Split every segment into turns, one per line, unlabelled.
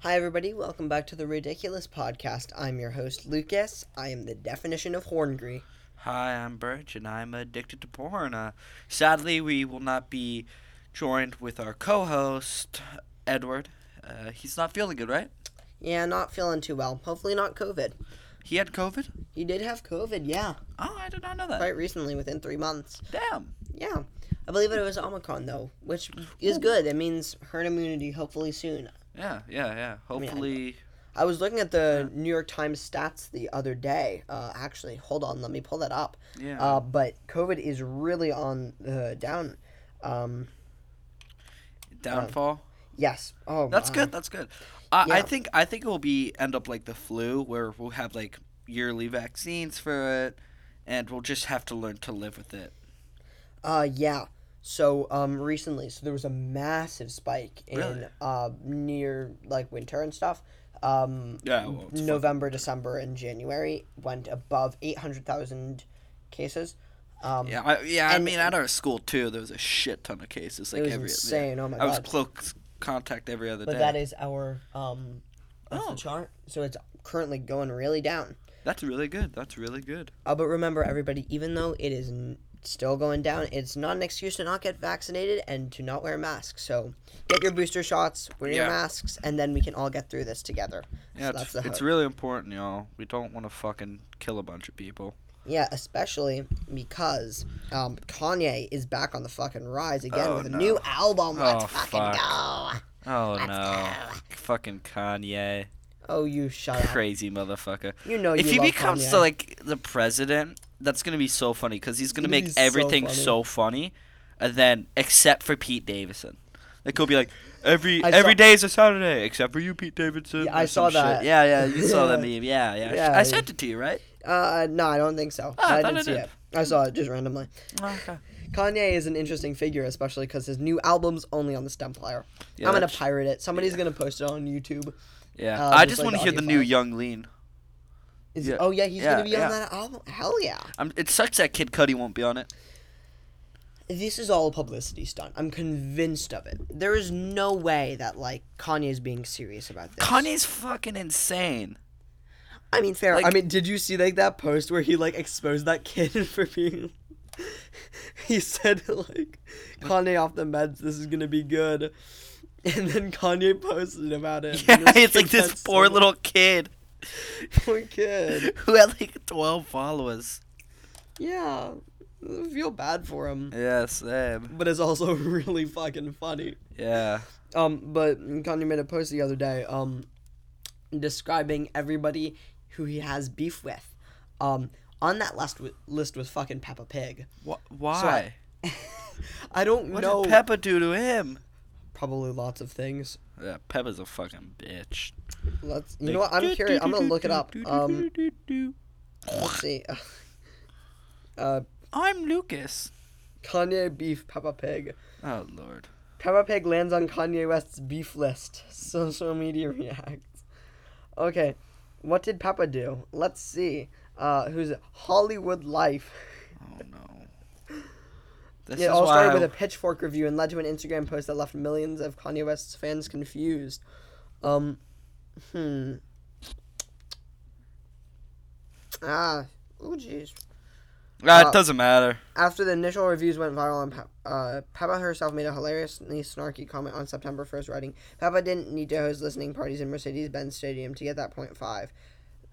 Hi, everybody. Welcome back to the Ridiculous Podcast. I'm your host, Lucas. I am the definition of horngry.
Hi, I'm Birch, and I'm addicted to porn. Uh, sadly, we will not be joined with our co-host Edward. Uh, he's not feeling good, right?
Yeah, not feeling too well. Hopefully, not COVID.
He had COVID.
You did have COVID, yeah,
Oh, I did not know that.
quite recently, within three months.
Damn.
Yeah. I believe it was Omicron, though, which is good. That means herd immunity hopefully soon.
Yeah, yeah, yeah.
mean, I-
Hopefully,
I was looking at the New York Times stats the other day. Uh, actually, hold on, let me pull that up.
yeah.
Uh, but COVID is really on the down. Um,
Downfall.
yes. Oh,
That's
my.
good. That's good. I, I
Yeah.
think I think it will be end up like the flu, where we'll have like yearly vaccines for it, and we'll just have to learn to live with it.
Uh, yeah. So, um, recently, so there was a massive spike in,
Really?
uh, near like winter and stuff. Um,
Yeah. Well, it's fuck-
November, December, and January went above 800,000 cases. Um,
Yeah, I, yeah. I
And-
mean, at our school too, there was a shit ton of cases. Like
it was
every yeah.
insane. Oh my
I was
god.
close contact every other
but
day.
that is our, um, that's the
Oh.
chart. So it's currently going really down.
That's really good. That's really good.
Uh, but remember, everybody, even though it is n- still going down, it's not an excuse to not get vaccinated and to not wear masks. So get your booster shots, wear your
Yeah.
masks, and then we can all get through this together.
Yeah,
so that's
it's,
the
it's
hope.
really important, y'all. We don't want to fucking kill a bunch of people.
yeah, especially because um, Kanye is back on the fucking rise again
Oh,
with a
no.
new album. Let's
Oh,
fucking
fuck.
go.
Oh
Let's
no, fucking Kanye,
Oh, you shut up.
crazy motherfucker.
You know
if
Oh, you
he
love
becomes
Kanye.
the, like the president, that's gonna be so funny because he's gonna
gonna
make
be so
everything
funny.
so funny, and then except for Pete Davidson. Like he'll be like, every
I
every
saw-
day is a Saturday except for you, Pete Davidson.
Yeah, I
or
saw
some shit.
that.
Yeah, yeah, you saw that
Yeah.
meme. Yeah, yeah.
Yeah,
I
yeah.
sent it to you, right?
Uh, no, I don't think so.
Ah, I
I
thought
didn't
I
see
did.
it. I saw it just randomly.
Oh, okay.
Kanye is an interesting figure, especially because his new album's only on the stem player.
Yeah,
I'm gonna
that's-
pirate it. Somebody's gonna post it on YouTube.
Yeah,
Uh,
I
just
just
like
want to
the
hear
audio
the new
file.
Young Lean.
Is
Yeah.
oh yeah, he's
Yeah,
gonna be
yeah.
on that album. Hell yeah!
I'm, it sucks that Kid Cudi won't be on it.
This is all a publicity stunt. I'm convinced of it. There is no way that like Kanye's being serious about this.
Kanye's fucking insane.
I mean, fair. I
like-
mean, did you see like that post where he like exposed that kid for being? he said like, Kanye off the meds. This is gonna be good. And then Kanye posted about it.
Yeah,
and this
it's like
kid
this
got
poor
so-
little kid
poor kid.
who had like 12 followers.
Yeah, I feel bad for him,
Yeah, same.
but it's also really fucking funny.
Yeah.
Um, but Kanye made a post the other day, um, describing everybody who he has beef with. Um, on that last w- list was fucking Peppa Pig.
Wh- why?
I don't
what
know.
did Peppa do to him?
Probably lots of things.
Yeah, Peppa's a fucking bitch.
Let's. You know what? I'm curious. I'm gonna look it up. Um, let's see. Uh,
I'm Lucas.
Kanye beef Peppa Pig.
Oh, Lord.
Peppa Pig lands on Kanye West's beef list. Social media reacts. Okay, what did Peppa do? Let's see. Uh, who's it? Hollywood Life?
Oh, no. This
it
is
all started
why
with
I-
a pitchfork review and led to an Instagram post that left millions of Kanye West's fans confused. Um, hmm. Ah, oh jeez.
Ah,
uh,
it doesn't matter.
After the initial reviews went viral, and Pe- uh, Peppa herself made a hilariously snarky comment on September 1st, writing, Peppa didn't need to host listening parties in Mercedes Benz Stadium to get that point five.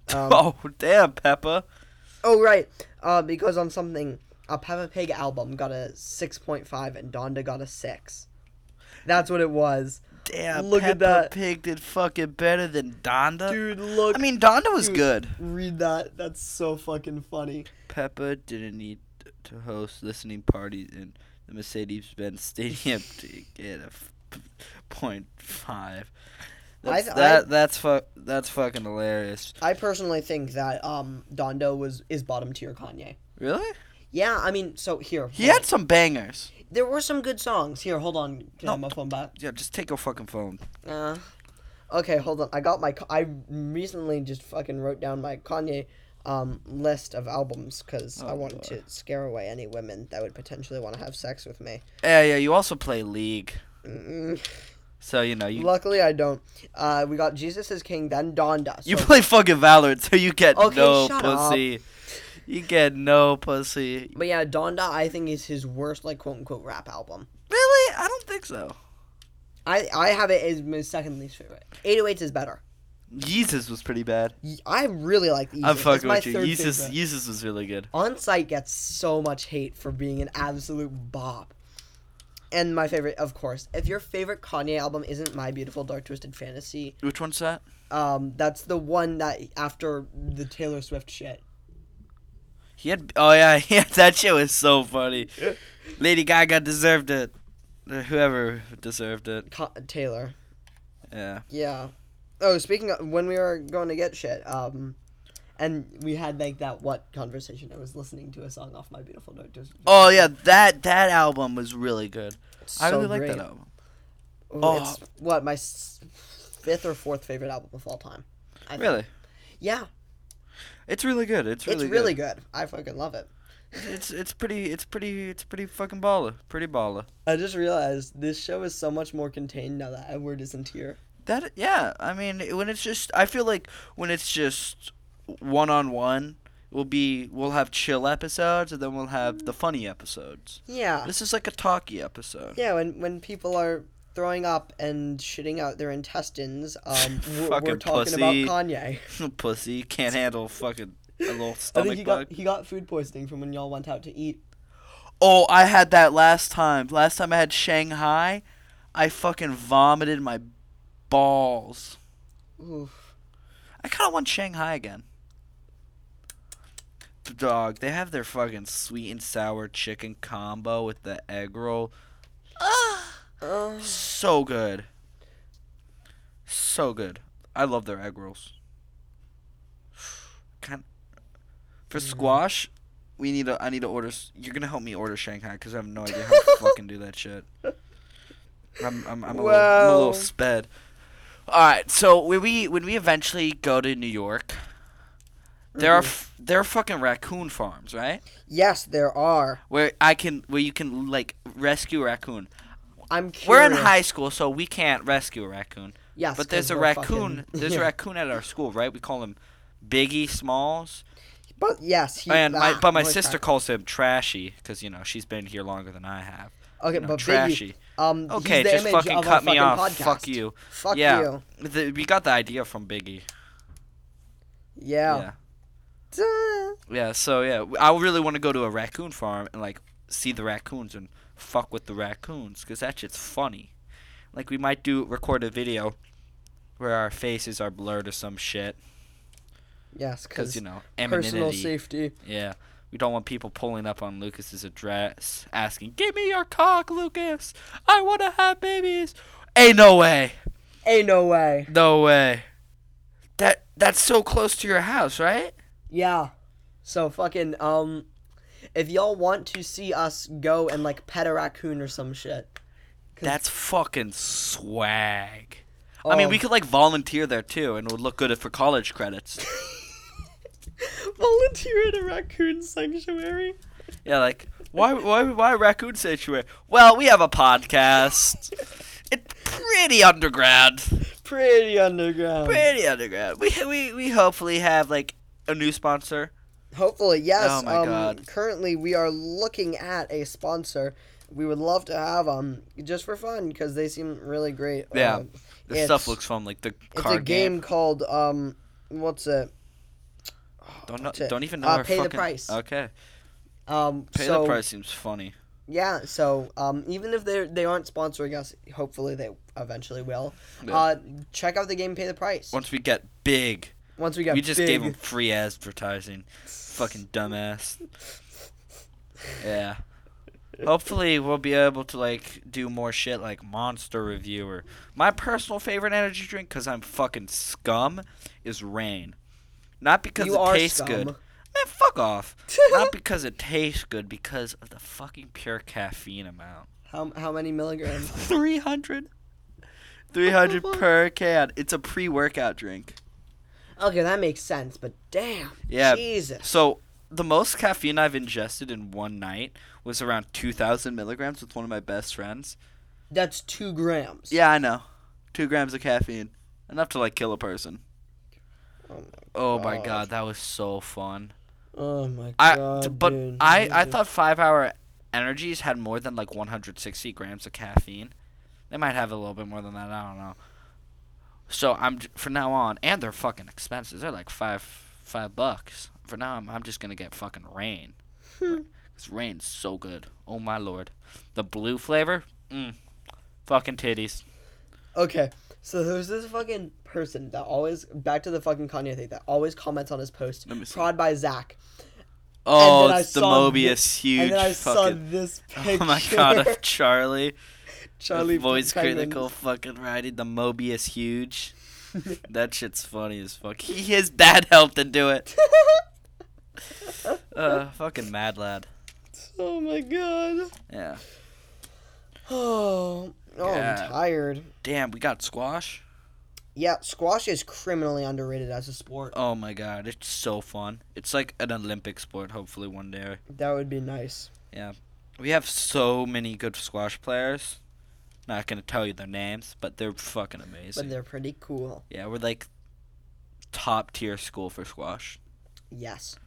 Um, oh.
oh, damn, Peppa.
right. Uh, because on something, a Peppa Pig album got a 6.5 and Donda got a 6. That's what it was.
Damn,
Look
Peppa
at that.
Pig did fucking better than Donda.
Dude, look.
I mean, Donda was
Dude.
good.
read that. That's so fucking funny.
Peppa didn't need to host listening parties in the Mercedes-Benz Stadium to get a f- point five.
I
That's,
th- I-
that that's fu- that's fucking hilarious.
I personally think that um, Donda was is bottom tier Kanye.
Really?
Yeah, I mean, so here.
He
hold on.
had some bangers.
There were some good songs. Here, hold on. Can I have
No.
my phone back?
Yeah, just take your fucking phone.
Uh, okay, hold on. I got my. co- I recently just fucking wrote down my Kanye um, list of albums because I
Oh,
wanted to scare away any women that would potentially want to have sex with me.
Yeah, yeah. You also play League.
Mm,
So you know you
Luckily, I don't. Uh, we got Jesus is King, then Donda.
you
so-
play fucking Valorant, so you get
Okay,
no
shut up.
pussy. You get no pussy.
but yeah, Donda, I think is his worst, like quote unquote, rap album.
Really? I don't think so.
I I have it as my second least favorite. 808s is better.
Yeezus was pretty bad.
Ye- I really like the.
I'm
Yeezus. It's
fucking
my
with you.
third
Yeezus,
favorite.
Yeezus was really good.
On site gets so much hate for being an absolute bop. And my favorite, of course, if your favorite Kanye album isn't My Beautiful Dark Twisted Fantasy,
Which one's that?
um, that's the one that after the Taylor Swift shit.
He had. Oh yeah, yeah. That shit was so funny. Lady Gaga deserved it. Uh, Whoever deserved it.
Ka- Taylor.
Yeah.
Yeah. Oh, speaking of when we were going to get shit, um, and we had like that what conversation? I was listening to a song off My Beautiful Dark Twisted.
Oh yeah, that that album was really good.
It's
I
so
really like
great.
that album.
Ooh,
Oh.
It's what my s- fifth or fourth favorite album of all time. I think.
Really,
Yeah,
it's really good. It's really
it's really good. I fucking love it.
good. It's it's pretty it's pretty it's pretty fucking baller. Pretty baller.
I just realized this show is so much more contained now that Edward isn't here.
That yeah, I mean when it's just I feel like when it's just one on one, we'll be we'll have chill episodes and then we'll have the funny episodes.
Yeah,
This is like a talky episode.
yeah. When when people are throwing up and shitting out their intestines, um, we're, we're
Fucking
talking
pussy.
about Kanye.
Pussy can't handle fucking a little
I think
stomach
he
bug.
got he got food poisoning from when y'all went out to eat.
Oh, I had that last time. Last time I had Shanghai, I fucking vomited my balls.
Oof.
I kind of want Shanghai again. Dog, they have their fucking sweet and sour chicken combo with the egg roll. Ah,
Uh,
so good. So good. I love their egg rolls. Kind for squash, we need to. I need to order. s- You're gonna help me order Shanghai because I have no idea how to fucking do that shit. I'm I'm, I'm, a, little, I'm a
Well.
little sped. All right, so when we when we eventually go to New York, there are
Mhm.
f- there are fucking raccoon farms, right?
yes, there are.
Where I can where you can like rescue a raccoon.
I'm curious.
We're in high school, so we can't rescue a raccoon.
Yes,
But there's
'cause
a
we're
raccoon.
fucking-
There's
yeah.
a raccoon at our school, right? We call him Biggie Smalls.
But yes, he,
and my,
ah,
but my
voice
sister
crack.
calls him Trashy because you know she's been here longer than I have.
Okay,
you know,
but
trashy.
Biggie, um,
Okay,
he's the
just
image of
fucking
our
cut me
fucking
off.
Podcast.
Fuck you.
Fuck
yeah,
you.
The- we got the idea from Biggie.
Yeah.
Yeah,
Duh.
yeah. So yeah, w- I really want to go to a raccoon farm and like see the raccoons and fuck with the raccoons because that shit's funny. Like we might do record a video where our faces are blurred or some shit
Yes,
because
because
you know
personal
anonymity.
safety.
Yeah. We don't want people pulling up on Lucas's address asking, Give me your cock, Lucas. I want to have babies. Ain't no way.
Ain't no way.
No way. That That's so close to your house, right?
Yeah. So fucking um, if y'all want to see us go and like pet a raccoon or some shit,
That's fucking swag. I mean,
Oh.
we could like volunteer there too, and it would look good for college credits.
volunteer at a raccoon sanctuary.
yeah, like why, why, why raccoon sanctuary? Well, we have a podcast. it's pretty underground.
Pretty underground.
pretty underground. We we we hopefully have like a new sponsor.
Hopefully, yes.
Oh my
um,
God.
Currently, we are looking at a sponsor. We would love to have them just for fun because they seem really great.
Yeah.
Uh,
This
it's-
stuff looks fun, like the
It's
card
a game, called um, what's it?
Don't know,
what's it?
don't even know.
Uh,
our
Pay the
fucking-
Price.
Okay,
Um,
pay
so
the price seems funny.
yeah, so um, even if they they aren't sponsoring us, hopefully they eventually will.
Yeah.
Uh, check out the game, pay the price.
Once we get big,
Once we get
we just
big,
gave them free advertising. fucking dumbass. Yeah. Hopefully we'll be able to like do more shit like Monster Review or my personal favorite energy drink because I'm fucking scum is Rain, not because
you
it
are
tastes
scum.
good. Man, fuck off. Not because it tastes good, because of the fucking pure caffeine amount.
How how many milligrams?
300. 300
fuck?
per can. It's a pre workout drink.
okay, that makes sense. But damn,
Yeah.
Jesus.
So, the most caffeine I've ingested in one night was around 2,000 milligrams with one of my best friends.
That's two grams.
Yeah, I know. Two grams of caffeine, enough to like kill a person.
Oh my
Oh my
gosh.
god, that was so fun.
Oh my
I
god.
t- but
dude.
I
This
I
is-
thought five hour energies had more than like 160 grams of caffeine. They might have a little bit more than that. I don't know. So I'm j- from now on, and they're fucking expensive. They're like five five bucks. For now, I'm I'm just gonna get fucking rain.
Hmm.
This rain's so good. Oh my lord, the blue flavor. Mm. Fucking titties.
Okay, so there's this fucking person that always back to the fucking Kanye thing that always comments on his post.
Let me see.
Prod by Zach.
Oh,
then I
it's the
saw
Mobius huge
and then I saw
fucking.
this picture.
Oh my god, of Charlie.
Charlie
voice
Penguin.
critical fucking riding the Mobius huge. that shit's funny as fuck. He has bad help to do it. Uh, fucking mad lad.
Oh my god.
Yeah.
Oh, oh
Yeah.
I'm tired.
Damn, we got squash.
Yeah, squash is criminally underrated as a sport.
Oh my god, it's so fun. It's like an Olympic sport. Hopefully one day.
That would be nice.
We have so many good squash players. Not gonna tell you their names, but they're fucking
But
amazing.
they're pretty cool.
yeah, we're like top tier school for squash.
Yes.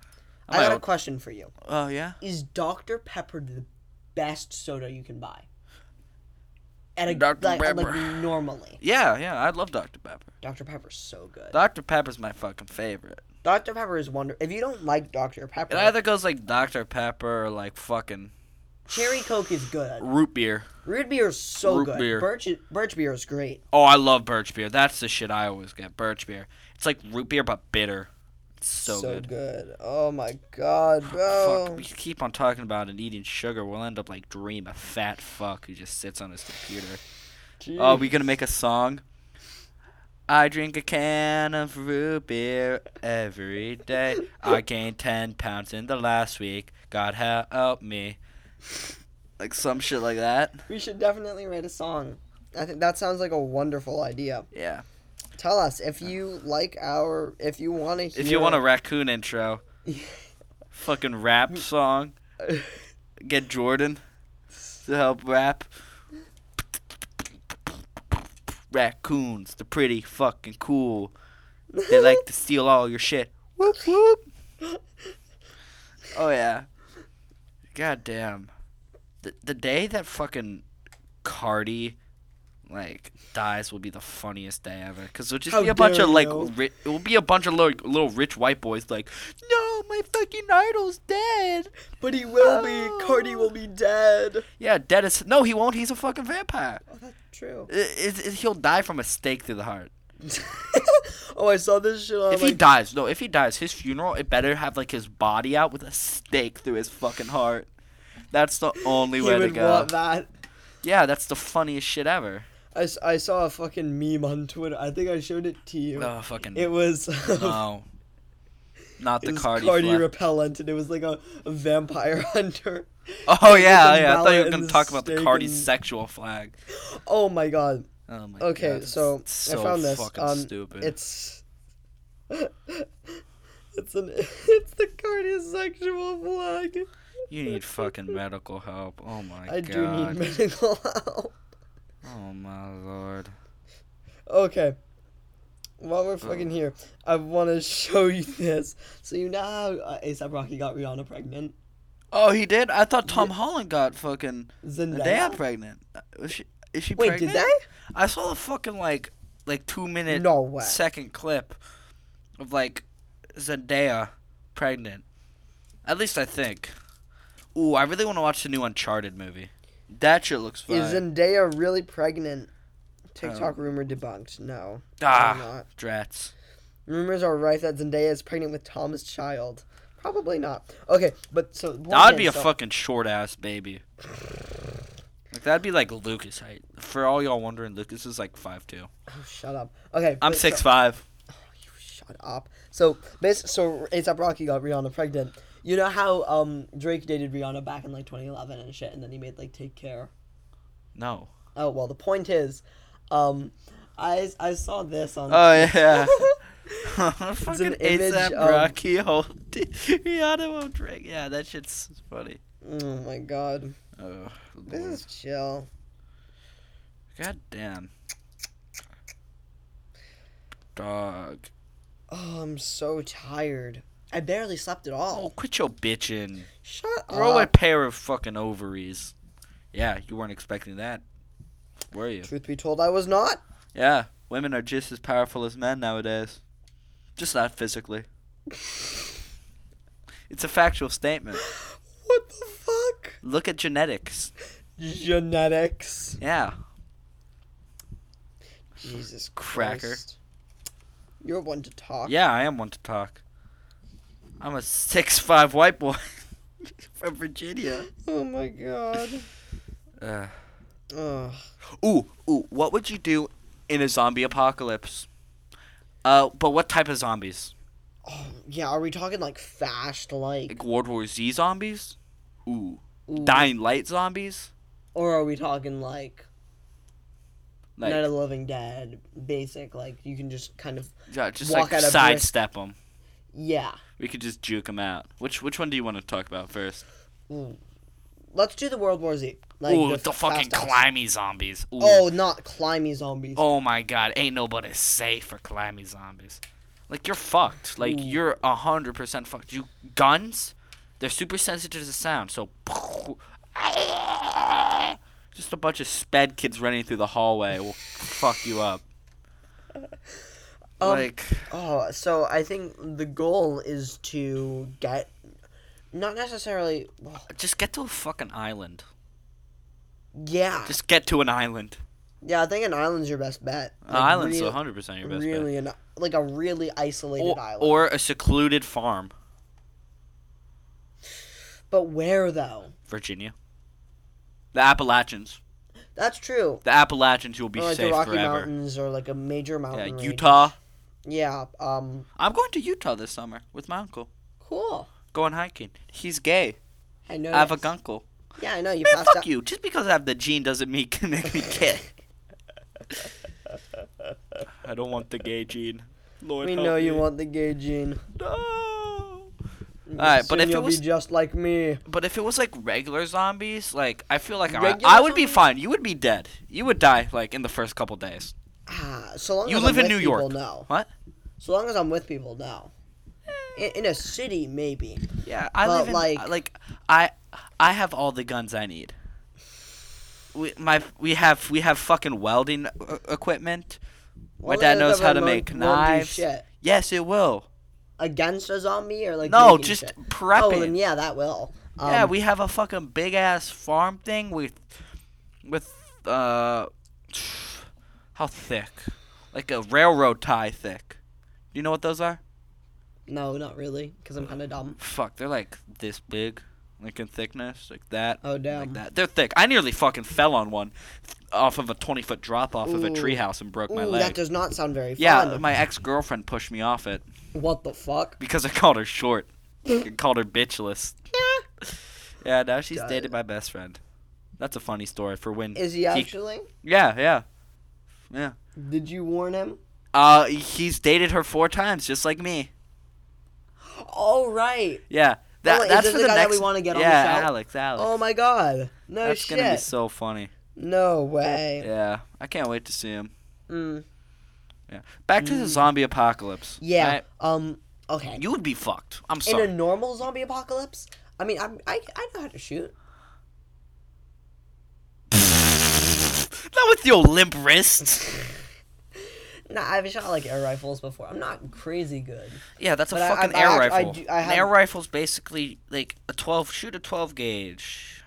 I
I got
might
a question for you.
Oh yeah.
Is Dr. Pepper the best soda you can buy? At a
Dr.
Like, like
Pepper.
normally.
Yeah, yeah. I love Dr Pepper.
Dr. Pepper's so good.
Dr Pepper's my fucking favorite.
Dr. Pepper is wonder. If you don't like Dr. Pepper,
It either goes like Dr. Pepper or like fucking
cherry Coke is good.
root beer.
Root beer is so
Root
good.
beer.
Birch birch beer is great.
Oh, I love birch beer. That's the shit I always get. Birch beer. It's like root beer but bitter. It's so, good.
Oh my god, bro.
Fuck, we keep on talking about and eating sugar. We'll end up like Dream, a fat fuck who just sits on his computer. Oh, we gonna make a song? I drink a can of root beer every day. I gained 10 pounds in the last week. God help me. Like some shit like that.
We should definitely write a song. I think that sounds like a wonderful idea.
Yeah.
Tell us if you like our if you want to hear
If you want a raccoon intro, fucking rap song, get Jordan to help rap. Raccoons, they're pretty fucking cool. They like to steal all your shit. Whoop whoop. Oh yeah. God damn. The the day that fucking Cardi like dies will be the funniest day ever because it'll just
How
be a bunch
dare
of like
you.
ri- it will be a bunch of little, little rich white boys like no my fucking idol's dead
But he will be. Cardi will be dead.
yeah dead is no he won't he's a fucking vampire
Oh, that's true.
I it, he'll die from a stake through the heart
oh, I saw this shit on
if he
like
dies no if he dies his funeral it better have like his body out with a stake through his fucking heart that's the only
he
way to
would
go
want that.
yeah that's the funniest shit ever
I, s- I saw a fucking meme on Twitter. I think I showed it to you.
oh fucking
It was
no not
it
the
was
Cardi,
Cardi,
flex.
repellent, and it was like a, a vampire hunter.
Oh
Like
yeah,
the
yeah. I thought you
mallet
were
and
gonna
the
talk about the
steak
Cardi
and-
sexual flag.
Oh my god.
Oh my god.
Okay,
it's
so,
so
I found this.
fucking
um,
stupid.
It's it's an it's the cardiosexual flag.
you need fucking medical help. Oh my
I
god.
do need medical help.
oh my lord.
Okay. While we're fucking here, I want to show you this. So you know how uh, ASAP Rocky got Rihanna pregnant?
Oh, he did. I thought Tom Holland got fucking
Zendaya.
Zendaya pregnant. Uh, Is she? Is she
Wait,
pregnant?
did they?
I saw the fucking like like two minute
No way.
second clip of like Zendaya pregnant. At least I think. Ooh, I really want to watch the new Uncharted movie. That shit looks fun.
Is Zendaya really pregnant? TikTok
Um,
rumor debunked. No. probably
ah,
not.
drats.
Rumors are rife that Zendaya is pregnant with Tom's child. Probably not. Okay, but so
That'd be a
fuck.
fucking short ass baby. Like that'd be like Lucas height. For all y'all wondering, Lucas is like five two.
Oh, shut up. Okay.
I'm
but so-
six five.
you shut up. So, bas- so ASAP Rocky got Rihanna pregnant. You know how um Drake dated Rihanna back in like 2011 and shit, and then he made like Take Care.
No.
Oh well. The point is, um, I I saw this on.
Oh yeah. fucking
image
ASAP
of-
Rocky holding Rihanna won't drink. Yeah, that shit's funny.
oh my god.
Oh,
This is chill.
God damn. Dog.
Oh, I'm so tired. I barely slept at all.
Oh, quit your bitching.
Shut
Grow a
up.
pair of fucking ovaries. Yeah, you weren't expecting that, were you?
Truth be told, I was not.
Yeah, women are just as powerful as men nowadays. Just not physically. It's a factual statement.
What the fuck?
Look at genetics.
Genetics.
Yeah.
Jesus
Cracker.
Christ. You're one to talk.
Yeah, I am one to talk. I'm a six five white boy from Virginia.
Oh my god.
Uh,
Ugh.
ooh, ooh, what would you do in a zombie apocalypse? Uh, but what type of zombies?
Oh, yeah, are we talking like fast, like.
Like World War Z zombies? Ooh.
ooh,
Dying Light zombies?
Or are we talking like,
Like,
Night of the Living Dead, basic, like you can just kind of.
yeah, just
walk out
like
of
sidestep them.
Yeah.
We could just juke them out. Which which one do you want to talk about first?
Mm. Let's do the World War Z. Like,
ooh, the, fucking
fast-
climby zombies. Ooh.
Oh, not climby zombies.
Oh my god, ain't nobody safe for clammy zombies. Like you're fucked. Like
Ooh.
you're a hundred percent fucked. You guns, they're super sensitive to sound. So just a bunch of sped kids running through the hallway will fuck you up.
Um,
like
Oh, so I think the goal is to get, not necessarily. Well,
just get to a fucking island.
yeah,
Just get to an island.
yeah. I think an island's your best bet.
An
Like,
island's
real-
a hundred percent your best bet.
really an like a really isolated
Or,
island.
or a secluded farm,
but where though?
Virginia. The Appalachians.
That's true.
The Appalachians you will be
Or like the
safe
Rocky
forever.
Mountains or like a major
Yeah,
mountain. range.
Utah.
Yeah. Um.
I'm going to Utah this summer with my uncle.
Cool.
Going hiking. He's gay.
I know.
I have a gunkle.
Yeah, I know. You
Man,
passed
fuck
out.
you. Just because I have the gene doesn't mean make me gay. I don't want the gay gene. Lord
We
help
know you
me.
want the gay gene.
No. Alright, but
Soon
if it
you'll
was-
be just like me,
But if it was like regular zombies, like I feel like I,
Regular
I would be
zombies?
fine. You would be dead. You would die like in the first couple days.
ah, so long
You
as
live
I'm
in
with
New York.
people, no.
What?
So long as I'm with people, no.
Eh.
In, in a city, maybe.
Yeah, I
But,
live in, uh,
like-
like I I have all the guns I need. We my we have we have fucking welding uh, equipment. My
Well,
dad
the-
knows
the
how to
remote
make
won't do
knives.
shit.
Yes, it will.
Against a zombie or like
No,
making
just
shit?
prepping.
Oh, then yeah, that will. Um,
yeah, we have a fucking big ass farm thing with with uh how thick? Like a railroad tie thick. You know what those are?
No, not really, because I'm kind of dumb.
Fuck, they're like this big, like in thickness, like that.
Oh, damn.
Like that. They're thick. I nearly fucking fell on one off of a 20 foot drop off of a
Ooh.
treehouse and broke my
Ooh, that
leg.
does not sound very
Yeah,
fun.
my ex girlfriend pushed me off it
What the fuck?
because I called her short. I called her bitchless. yeah, now she's
Got
dated
it.
my best friend. That's a funny story for when.
Is he actually?
Yeah, yeah.
Did you warn him?
Uh, he's dated her four times, just like me.
Oh right.
Yeah, that,
wait, is
that's
this
for
the
the
guy that we
next-
wanna get on
yeah,
the show?
Alex, Alex.
Oh my god. No
that's
shit.
gonna be so funny.
No way.
Yeah, I can't wait to see him.
Mm.
Yeah. Back to the zombie apocalypse.
Yeah.
right?
Um. Okay.
You would be fucked. I'm
In a
sorry.
normal zombie apocalypse, I mean, I'm, I I know how to shoot.
Not with your limp wrist.
Nah, I've shot like air rifles before. I'm not crazy good.
yeah, that's a
But I-
fucking
I- I
air
act- I
rifle.
do- I
An
have-
air rifle's basically like a 12 shoot a 12 gauge.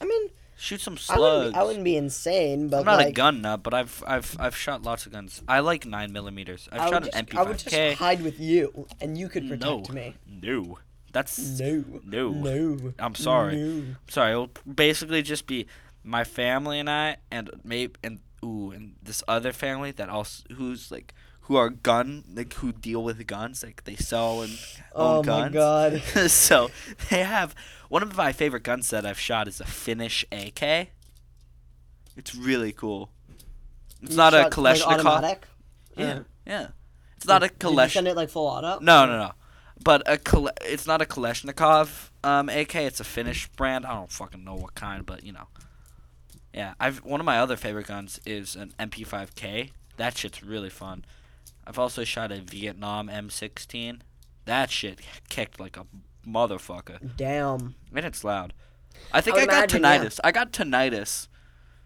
I mean,
Shoot some
I wouldn't,
slugs.
be, I wouldn't be insane, but
am not a
like,
gun nut, but I've I've I've shot lots of guns. I like 9 millimeters. I've
I would,
shot
just,
an
I would just
MP5K.
hide with you, and you could protect
No.
me.
No. That's
No.
No.
No.
I'm sorry.
No.
sorry, it'll basically just be my family and I, and maybe and ooh, and this other family that also who's like who are gun like who deal with guns, like they sell and own
Oh my
guns.
god.
so they have one of my favorite guns that I've shot is a Finnish AK. It's really cool. It's
You
not a
shot, like,
Kalashnikov.
automatic?
yeah,
Uh,
yeah. It's not a
Did you
Kalashnikov.
send it like full auto?
No, no, no. But a Kal- it's not a Kalashnikov um, AK. It's a Finnish brand. I don't fucking know what kind, but you know, Yeah, I've one of my other favorite guns is an MP5K. That shit's really fun. I've also shot a Vietnam M16. That shit kicked like a motherfucker,
Damn.
and it's loud. I think
I
I,
would
got
imagine, Oh, yeah.
tinnitus. I got tinnitus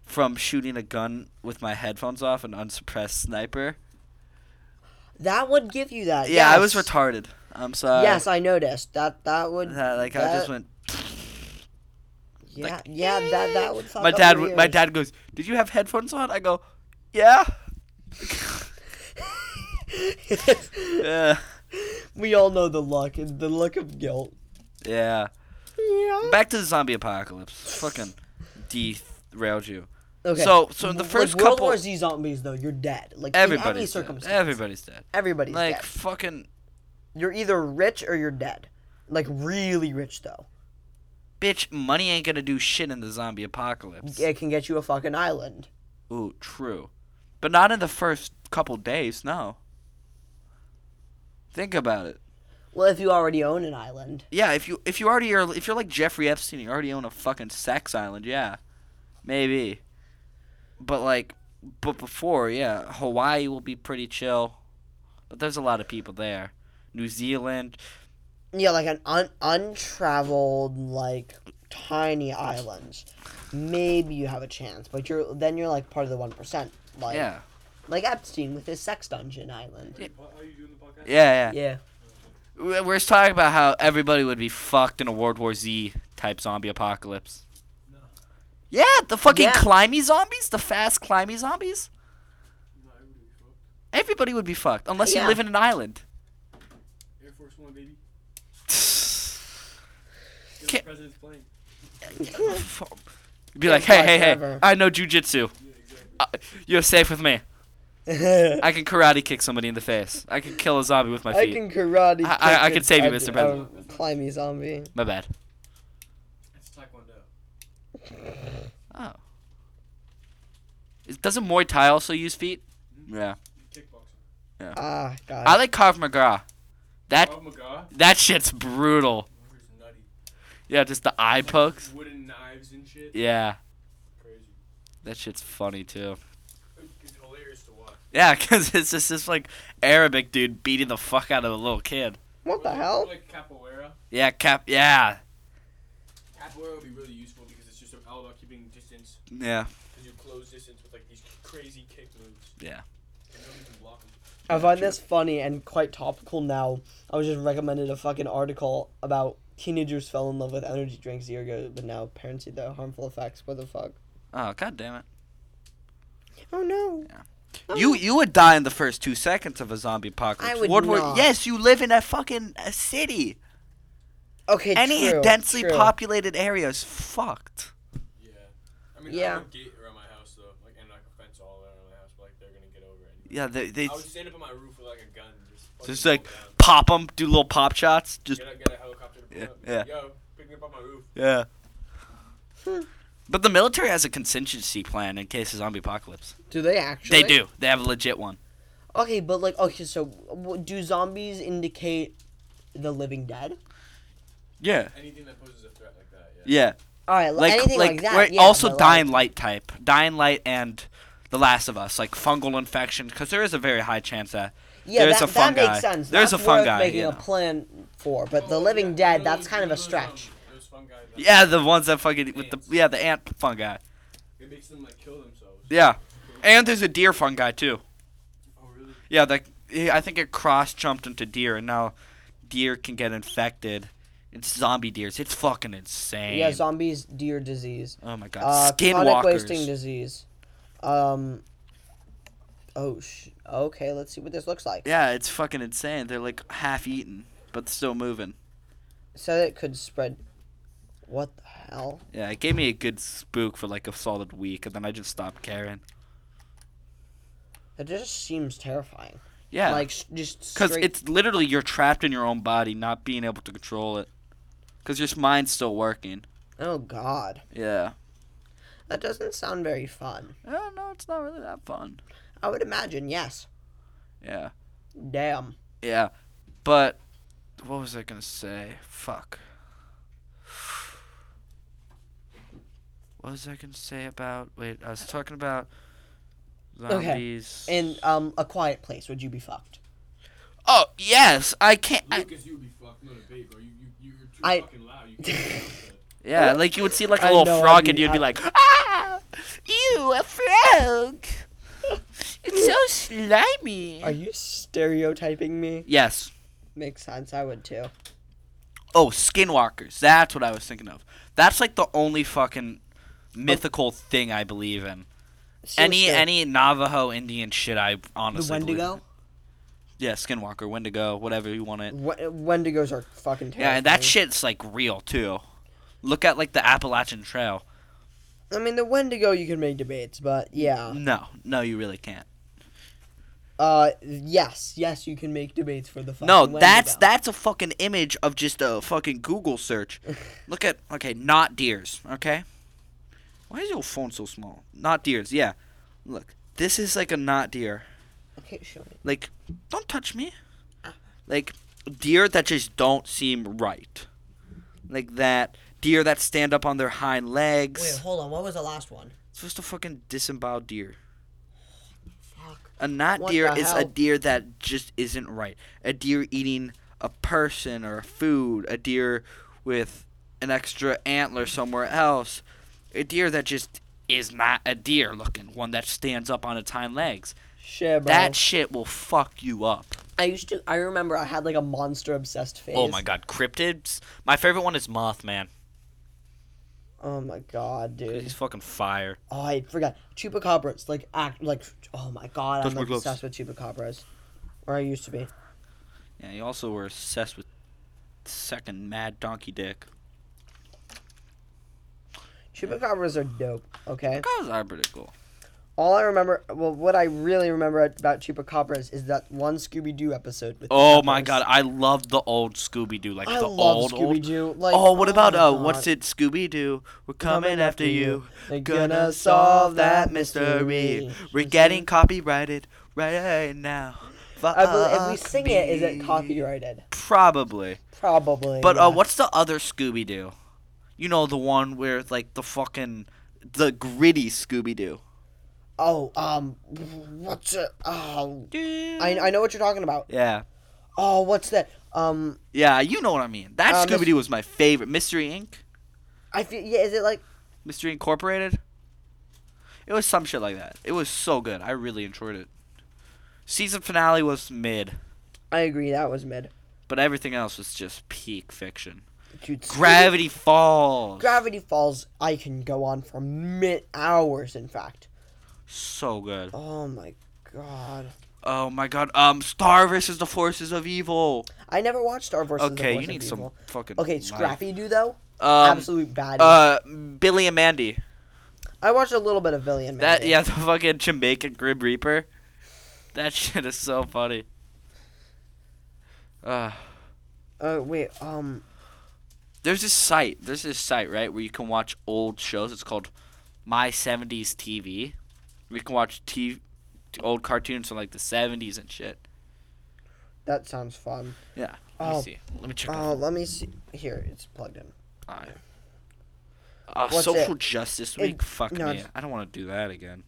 from shooting a gun with my headphones off, an unsuppressed sniper.
That would give you that.
Yeah, I was
yes.
retarded. I'm sorry.
yes, I noticed. That that would
That- Uh, like I just
that-
went.
Yeah, yeah, that that would fuck
my
up
dad,
your
w- my
ears.
dad goes, "Did you have headphones on?" I go, "Yeah." yeah.
we all know the look. It's the look of guilt.
Yeah.
Yeah.
Back to the zombie apocalypse. Fucking derailed you.
Okay.
So, so in the
Like,
first
World
couple,
War Z zombies though, you're dead. Like in any
everybody's dead.
circumstance,
Everybody's dead.
everybody's
Like
dead.
fucking
You're either rich or you're dead. Like really rich though,
bitch, money ain't gonna do shit in the zombie apocalypse.
it can get you a fucking island.
Ooh, true. But not in the first couple days. No. Think about it.
Well, if you already own an island,
Yeah, if you if you already are if you're like Jeffrey Epstein, you already own a fucking sex island. Yeah, maybe. But like, but before, yeah, Hawaii will be pretty chill. But there's a lot of people there. New Zealand,
yeah, like an un- untraveled like tiny islands, maybe you have a chance. But you're then you're like part of the one percent. Like
yeah,
like Epstein with his sex dungeon island.
Are you doing the podcast?
yeah, yeah.
Yeah.
We- We're just talking about how everybody would be fucked in a World War Z type zombie apocalypse. Yeah, the fucking
Yeah.
climby zombies, the fast climby zombies.
No, I wouldn't be fucked.
Everybody would be fucked unless
Yeah.
you live in an island.
Air Force One, baby. Get
Can't-
the president's plane.
Be like, hey,
Goodbye
hey, hey,
forever.
I know jujitsu.
Yeah, exactly.
Uh, You're safe with me. I can karate kick somebody in the face. I can kill a zombie with my
I
feet.
can karate.
I- I- I
kick
can
a-
save you,
a-
Mr. President.
a Climby zombie.
My bad.
It's Taekwondo.
Oh. Is- Doesn't Muay Thai also use feet? Yeah.
Kickboxing.
Ah, God.
I like Krav Maga. That
Oh my god.
that shit's brutal.
It's nutty.
Yeah, just the eye pokes.
Wooden knives and shit.
Yeah,
Crazy.
that shit's funny too.
It's hilarious to watch.
Yeah, 'cause it's just this like Arabic dude beating the fuck out of a little kid.
what the
Or like-
hell?
or Like capoeira.
Yeah, cap. Yeah,
Capoeira would be really useful because it's just all about keeping distance.
yeah.
Because you close distance with like these crazy kick moves.
Yeah.
And nobody can block them.
I find this funny and quite topical now. I was just recommended a fucking article about teenagers fell in love with energy drinks a year ago, but now parents see the harmful effects. What the fuck?
Oh god damn it.
Oh no.
You you would die in the first two seconds of a zombie apocalypse.
Oh. I would
World War-
not.
yes, you live in a fucking a city.
Okay.
Any
true,
densely
true.
populated area is fucked.
Yeah. I mean,
Yeah.
I would gate around my house though, like and like a fence all around my house, but like they're gonna get over it.
Yeah, they they
I would stand up on my roof with like a gun, and just fucking
just like
roll down.
pop them, do little pop shots. Just
get a, get a helicopter to pull
Yeah,
up.
yeah.
Yo, pick me up on my roof.
yeah.
Hmm.
But the military has a contingency plan in case of zombie apocalypse.
Do they actually?
They do. They have a legit one.
Okay, but like, okay, so w- do zombies indicate the living dead?
Yeah.
Anything that poses a threat like that. Yeah.
Yeah.
All right, like,
Like
anything like,
like,
that.
right,
yeah,
also
but, like-
dying light type, dying light and. The Last of Us, like fungal infection, because there is a very high chance that
Yeah,
There's
that, that
a fungi.
makes sense.
There's
That's
a fungi,
worth making
you
a
know.
plan for, but the
Oh,
Living
yeah,
Dead,
those-
that's kind of a
those, um,
stretch.
Those fungi. That
yeah, the ones that fucking with the
Ants.
yeah the ant fungi,
It makes them like kill themselves.
yeah, and there's a deer fungi too.
Oh really?
Yeah, that I think it cross jumped into deer, and now deer can get infected. It's zombie deers. It's fucking insane.
Yeah, zombies, deer disease,
oh my god,
uh, chronic wasting
skinwalkers.
disease. Um. Oh sh. Okay, let's see what this looks like.
yeah, it's fucking insane. They're like half eaten, but still moving.
So it could spread. What the hell?
Yeah, it gave me a good spook for like a solid week, and then I just stopped caring.
That just seems terrifying.
Yeah,
Like s- just
because
straight.
it's literally you're trapped in your own body, not being able to control it, because your mind's still working.
Oh God,
Yeah.
that doesn't sound very fun.
Oh no, it's not really that fun.
I would imagine yes.
Yeah.
Damn.
Yeah. But what was I gonna say? Fuck. What was I gonna say about? Wait, I was talking about
Okay.
zombies.
In um a quiet place, would you be fucked?
oh yes, I can't. I,
Lucas, you'd be fucked, not a babe, bro. You, you, you- you're too
I-
fucking loud. You can't be
yeah,
outside.
like you would see like a
I
little
know, I'd
frog,
be-
and you'd be
I-
like, ah, ew, a frog. it's so slimy.
Are you stereotyping me?
yes.
Makes sense. I would too.
Oh, skinwalkers. That's what I was thinking of. That's like the only fucking mythical thing I believe in. Any
Seriously,
any Navajo Indian shit I
the
honestly believe in.
Wendigo.
Yeah, skinwalker, Wendigo, whatever you want it.
What Wendigos are fucking terrible.
Yeah, and that shit's like real too. Look at like the Appalachian Trail.
I mean, the Wendigo you can make debates, but yeah.
No, no, you really can't.
Uh, yes, yes, you can make debates for the fucking
No, that's
Wendigo.
that's a fucking image of just a fucking Google search. Look at okay, not deers. Okay, why is your phone so small? Not deers. Yeah, look, this is like a not deer.
Okay, show me.
Like, don't touch me.
Uh.
Like deer that just don't seem right. Like that deer that stand up on their hind legs.
Wait, hold on. What was the last one?
It's just a fucking disemboweled deer.
Fuck.
A not
What
deer
the
is
hell?
a deer that just isn't right. A deer eating a person or food. A deer with an extra antler somewhere else. A deer that just is not a deer looking. One that stands up on its hind legs.
Shit, bro.
That shit will fuck you up.
I used to. I remember I had like a monster obsessed phase.
Oh my god, cryptids. My favorite one is Mothman.
Oh my god, dude.
He's fucking fire.
Oh, I forgot. Chupacabras, like act, like. Oh my god,
Touch
I'm
my
like,
gloves.
obsessed with chupacabras, or I used to be.
Yeah, you also were obsessed with second mad donkey dick.
Chupacabras are dope. Okay.
Guys are pretty cool.
All I remember, well, what I really remember about chupacabras is that one Scooby Doo episode with.
Oh my
chupacabras.
god, I love the old Scooby Doo, like
I
the
love
old
Scooby
old.
Doo. Like,
oh, what about
my
uh,
God.
what's it, Scooby Doo? We're coming, after you.
They're
Gonna solve that mystery. We're getting copyrighted right now.
I believe if we
Fuck
sing it, is it
me.
copyrighted?
Probably.
Probably.
But
yeah.
uh, what's the other Scooby Doo? You know the one where like the fucking the gritty Scooby Doo.
Oh, um, what's it? Oh, I I know what you're talking about.
Yeah.
Oh, what's that? Um,
Yeah, you know what I mean. That
Uh, Mis-
Scooby Doo was my favorite. Mystery Inc.
I feel yeah. Is it like
Mystery Incorporated. It was some shit like that. It was so good. I really enjoyed it. Season finale was mid,
I agree that was mid.
but everything else was just peak fiction.
Dude, Scooby-
Gravity Falls.
Gravity Falls. I can go on for mid hours. In fact.
so good.
Oh my god.
Oh my god. Um, Star versus the Forces of Evil.
I never watched Star Wars.
Okay, you need some fucking.
Okay,
life.
Scrappy Doo though.
Um,
Absolute bad.
uh, Billy and Mandy.
I watched a little bit of Villian.
That yeah, the fucking Jamaican Grim Reaper. That shit is so funny. Uh,
Oh wait. Um.
there's this site there's this site right where you can watch old shows it's called my 70s tv we can watch t- old cartoons from like the 70s and shit
That sounds fun.
yeah let me
Oh.
see let me check
Oh, let me see. Here, it's plugged in.
that uh,
what's
social justice week
It-
fuck
no,
me
it's-
i don't want to do that again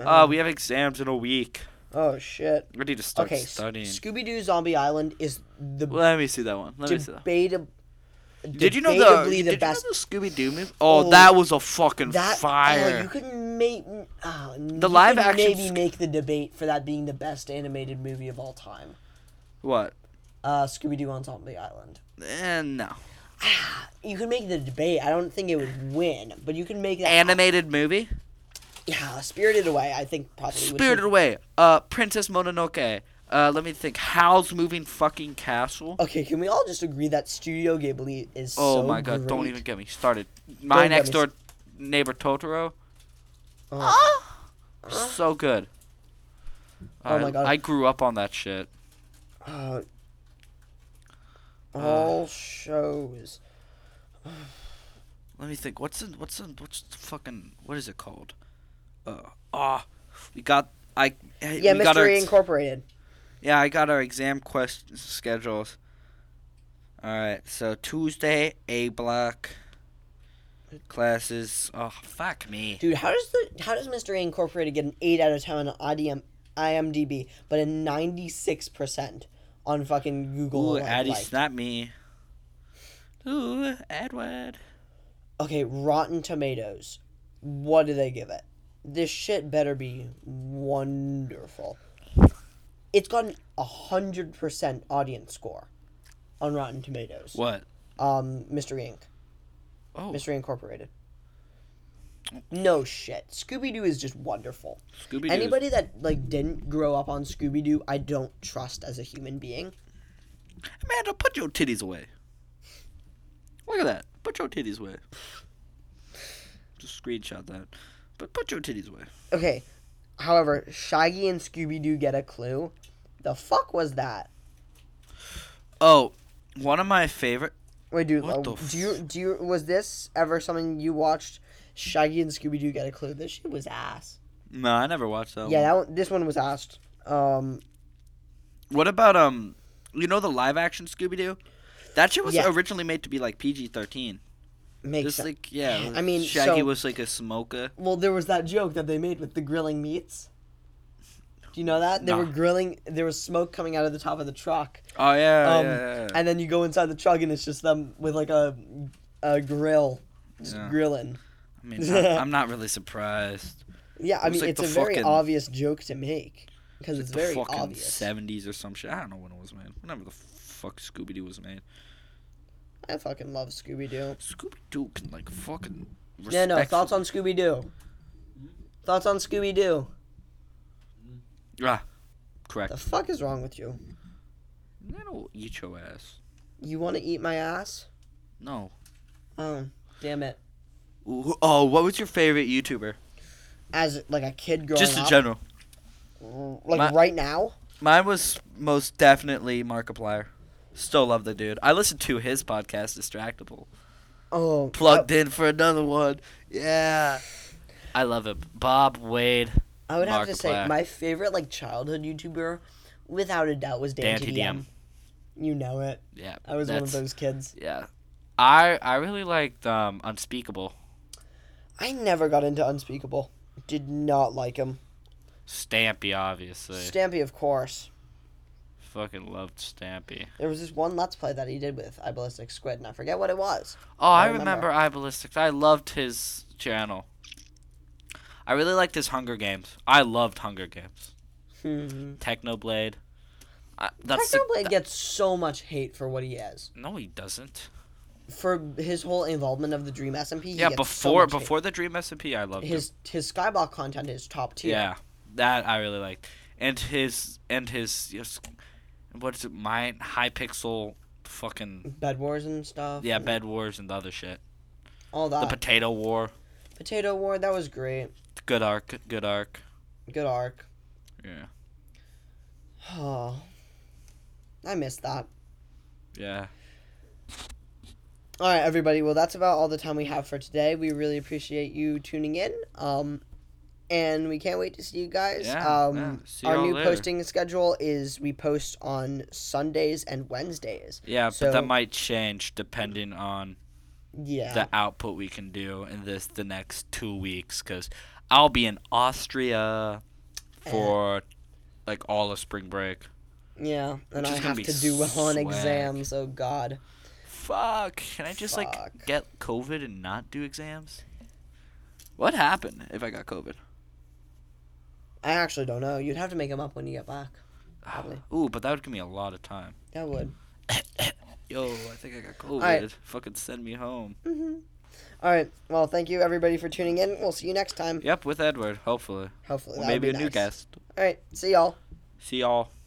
Um,
uh we have exams in a week
Oh shit.
we need to start
Okay.
studying
Scooby Doo Zombie Island is the
let me see that one let me see that
debatab-
did you know the,
debatably
did
best?
you know the scooby-doo movie oh,
Oh,
that was a fucking
that
fire
Oh, you could make oh, the
live action
maybe
Sc-
make the debate for that being the best animated movie of all time.
what
Uh, Scooby Doo on Zombie Island.
and no
Oh. You could make the debate. I don't think it would win, but you can make that.
animated movie
yeah, Spirited Away. I think probably. would
Spirited Away, uh, Princess Mononoke. Uh, let me think. Howl's Moving Fucking Castle.
Okay, can we all just agree that Studio Ghibli is
oh
Oh, so
my god! Don't
great?
even get me started. My
Don't get
next
me
door neighbor Totoro.
Oh,
Ah! So good.
Oh
I,
my God.
I grew up on that shit.
uh,
Uh.
all shows.
Let me think. What's the what's the what's the fucking what is it called? Uh, ah, we got I
Yeah,
we got our
Mystery
ex-
Incorporated.
Yeah, I got our exam quest schedules. All right, so Tuesday A block. classes. Oh fuck me.
Dude, how does the how does Mystery Incorporated get an eight out of ten on IDM, IMDb, but a ninety six percent on fucking Google?
Ooh,
like,
Addy,
like-
snap me. Ooh, Edward.
Okay, Rotten Tomatoes. What do they give it? This shit better be wonderful. It's got an hundred percent audience score on Rotten Tomatoes.
What?
Um, Mystery Inc.
Oh,
Mystery Incorporated. No shit. Scooby Doo is just wonderful.
Scooby Doo.
Anybody that like didn't grow up on Scooby Doo, I don't trust as a human being.
Amanda, put your titties away. Look at that. Put your titties away. Just screenshot that. But put your titties away.
Okay. However, Shaggy and Scooby Doo get a clue. The fuck was that?
Oh, one of my favorite.
Wait, dude.
What
uh,
the
do you do you was this ever something you watched? Shaggy and Scooby Doo get a clue. This shit was ass.
No, I never watched that
yeah,
one.
that one, this one was asked. Um,
What about um, you know the live action Scooby Doo? That shit was
Yeah.
originally made to be like PG thirteen.
makes
Just
sense.
like yeah,
I mean,
Shaggy
so-
was like a smoker.
Well, there was that joke that they made with the grilling meats. Do you know that they were
Nah.
grilling? There was smoke coming out of the top of the truck,
Oh yeah,
um,
yeah, yeah.
and then you go inside the truck and it's just them with like a a grill, just
Yeah.
grilling.
I mean, I'm, I'm not really surprised.
Yeah, I
It
mean
was like
it's
the
a very
fucking-
obvious joke to make because
It's
it's
like the
very
fucking
obvious.
seventies or some shit. I don't know when it was made. Whenever the fuck Scooby Doo was made.
I fucking love Scooby Doo.
Scooby Doo can like fucking.
Yeah, no
respectfully-
thoughts on Scooby Doo. Thoughts on Scooby Doo.
Ah, correct.
The fuck is wrong with you?
That'll eat your ass.
You want to eat my ass?
No.
Oh, damn it!
Ooh, Oh, what was your favorite YouTuber?
As like a kid growing
Just in
up,
general.
like
My-
right now.
Mine was most definitely Markiplier. Still love the dude. I listened to his podcast, Distractable.
Oh,
Plugged in for another one. Yeah. I love him. Bob Wade.
I would have to say
Markiplier.
my favorite like childhood YouTuber, without a doubt, was Dan,
Dan
TDM. You know it.
Yeah.
I was one of
that's-
those kids.
Yeah. I I really liked um, Unspeakable.
I never got into Unspeakable. Did not like him.
Stampy, obviously.
Stampy, of course.
Fucking loved Stampy.
There was this one Let's Play that he did with Iballistic Squid, and I forget what it was.
Oh, I,
I remember.
remember iBallistics. I loved his channel. I really liked his Hunger Games. I loved Hunger Games.
Hmm.
Technoblade. I, that's the-
Technoblade gets so much hate for what he is.
no, he doesn't.
For his whole involvement of the Dream SMP, he
Yeah,
gets so
before
much hate.
before the Dream SMP, I loved him.
his his Skyblock content is top tier.
Yeah, that I really liked, and his and his yes, what's it? My high pixel, fucking
Bed Wars and stuff.
yeah,
and
Bed Wars and the other shit.
all
The
that.
Potato War,
Potato War, that was great.
good arc, good arc.
Good arc.
Yeah,
Oh, I missed that.
yeah.
All right, everybody. Well, that's about all the time we have for today. We really appreciate you tuning in. Um, and we can't wait to see you guys.
Yeah,
um,
yeah. See
our
y'all
new
later.
posting schedule is we post on Sundays and Wednesdays.
Yeah,
So-
but that might change depending on
Yeah.
the output we can do in this the next two weeks because I'll be in Austria
Eh.
for like all of spring break.
yeah. And
Which
I
is gonna
have
be
to do well on
swag.
exams. Oh God.
Fuck! Can I just
Fuck.
like get COVID and not do exams? What happened if I got COVID?
I actually don't know. You'd have to make them up when you get back. Probably.
Ooh, but that would give me a lot of time.
That would.
Yo, I think I got COVID.
right.
Fucking send me home.
All right. Well, thank you everybody for tuning in. We'll see you next time.
Yep, with Edward, hopefully.
Hopefully.
Or
that'll
maybe
be
a new
nice.
guest.
All right. See y'all.
See y'all.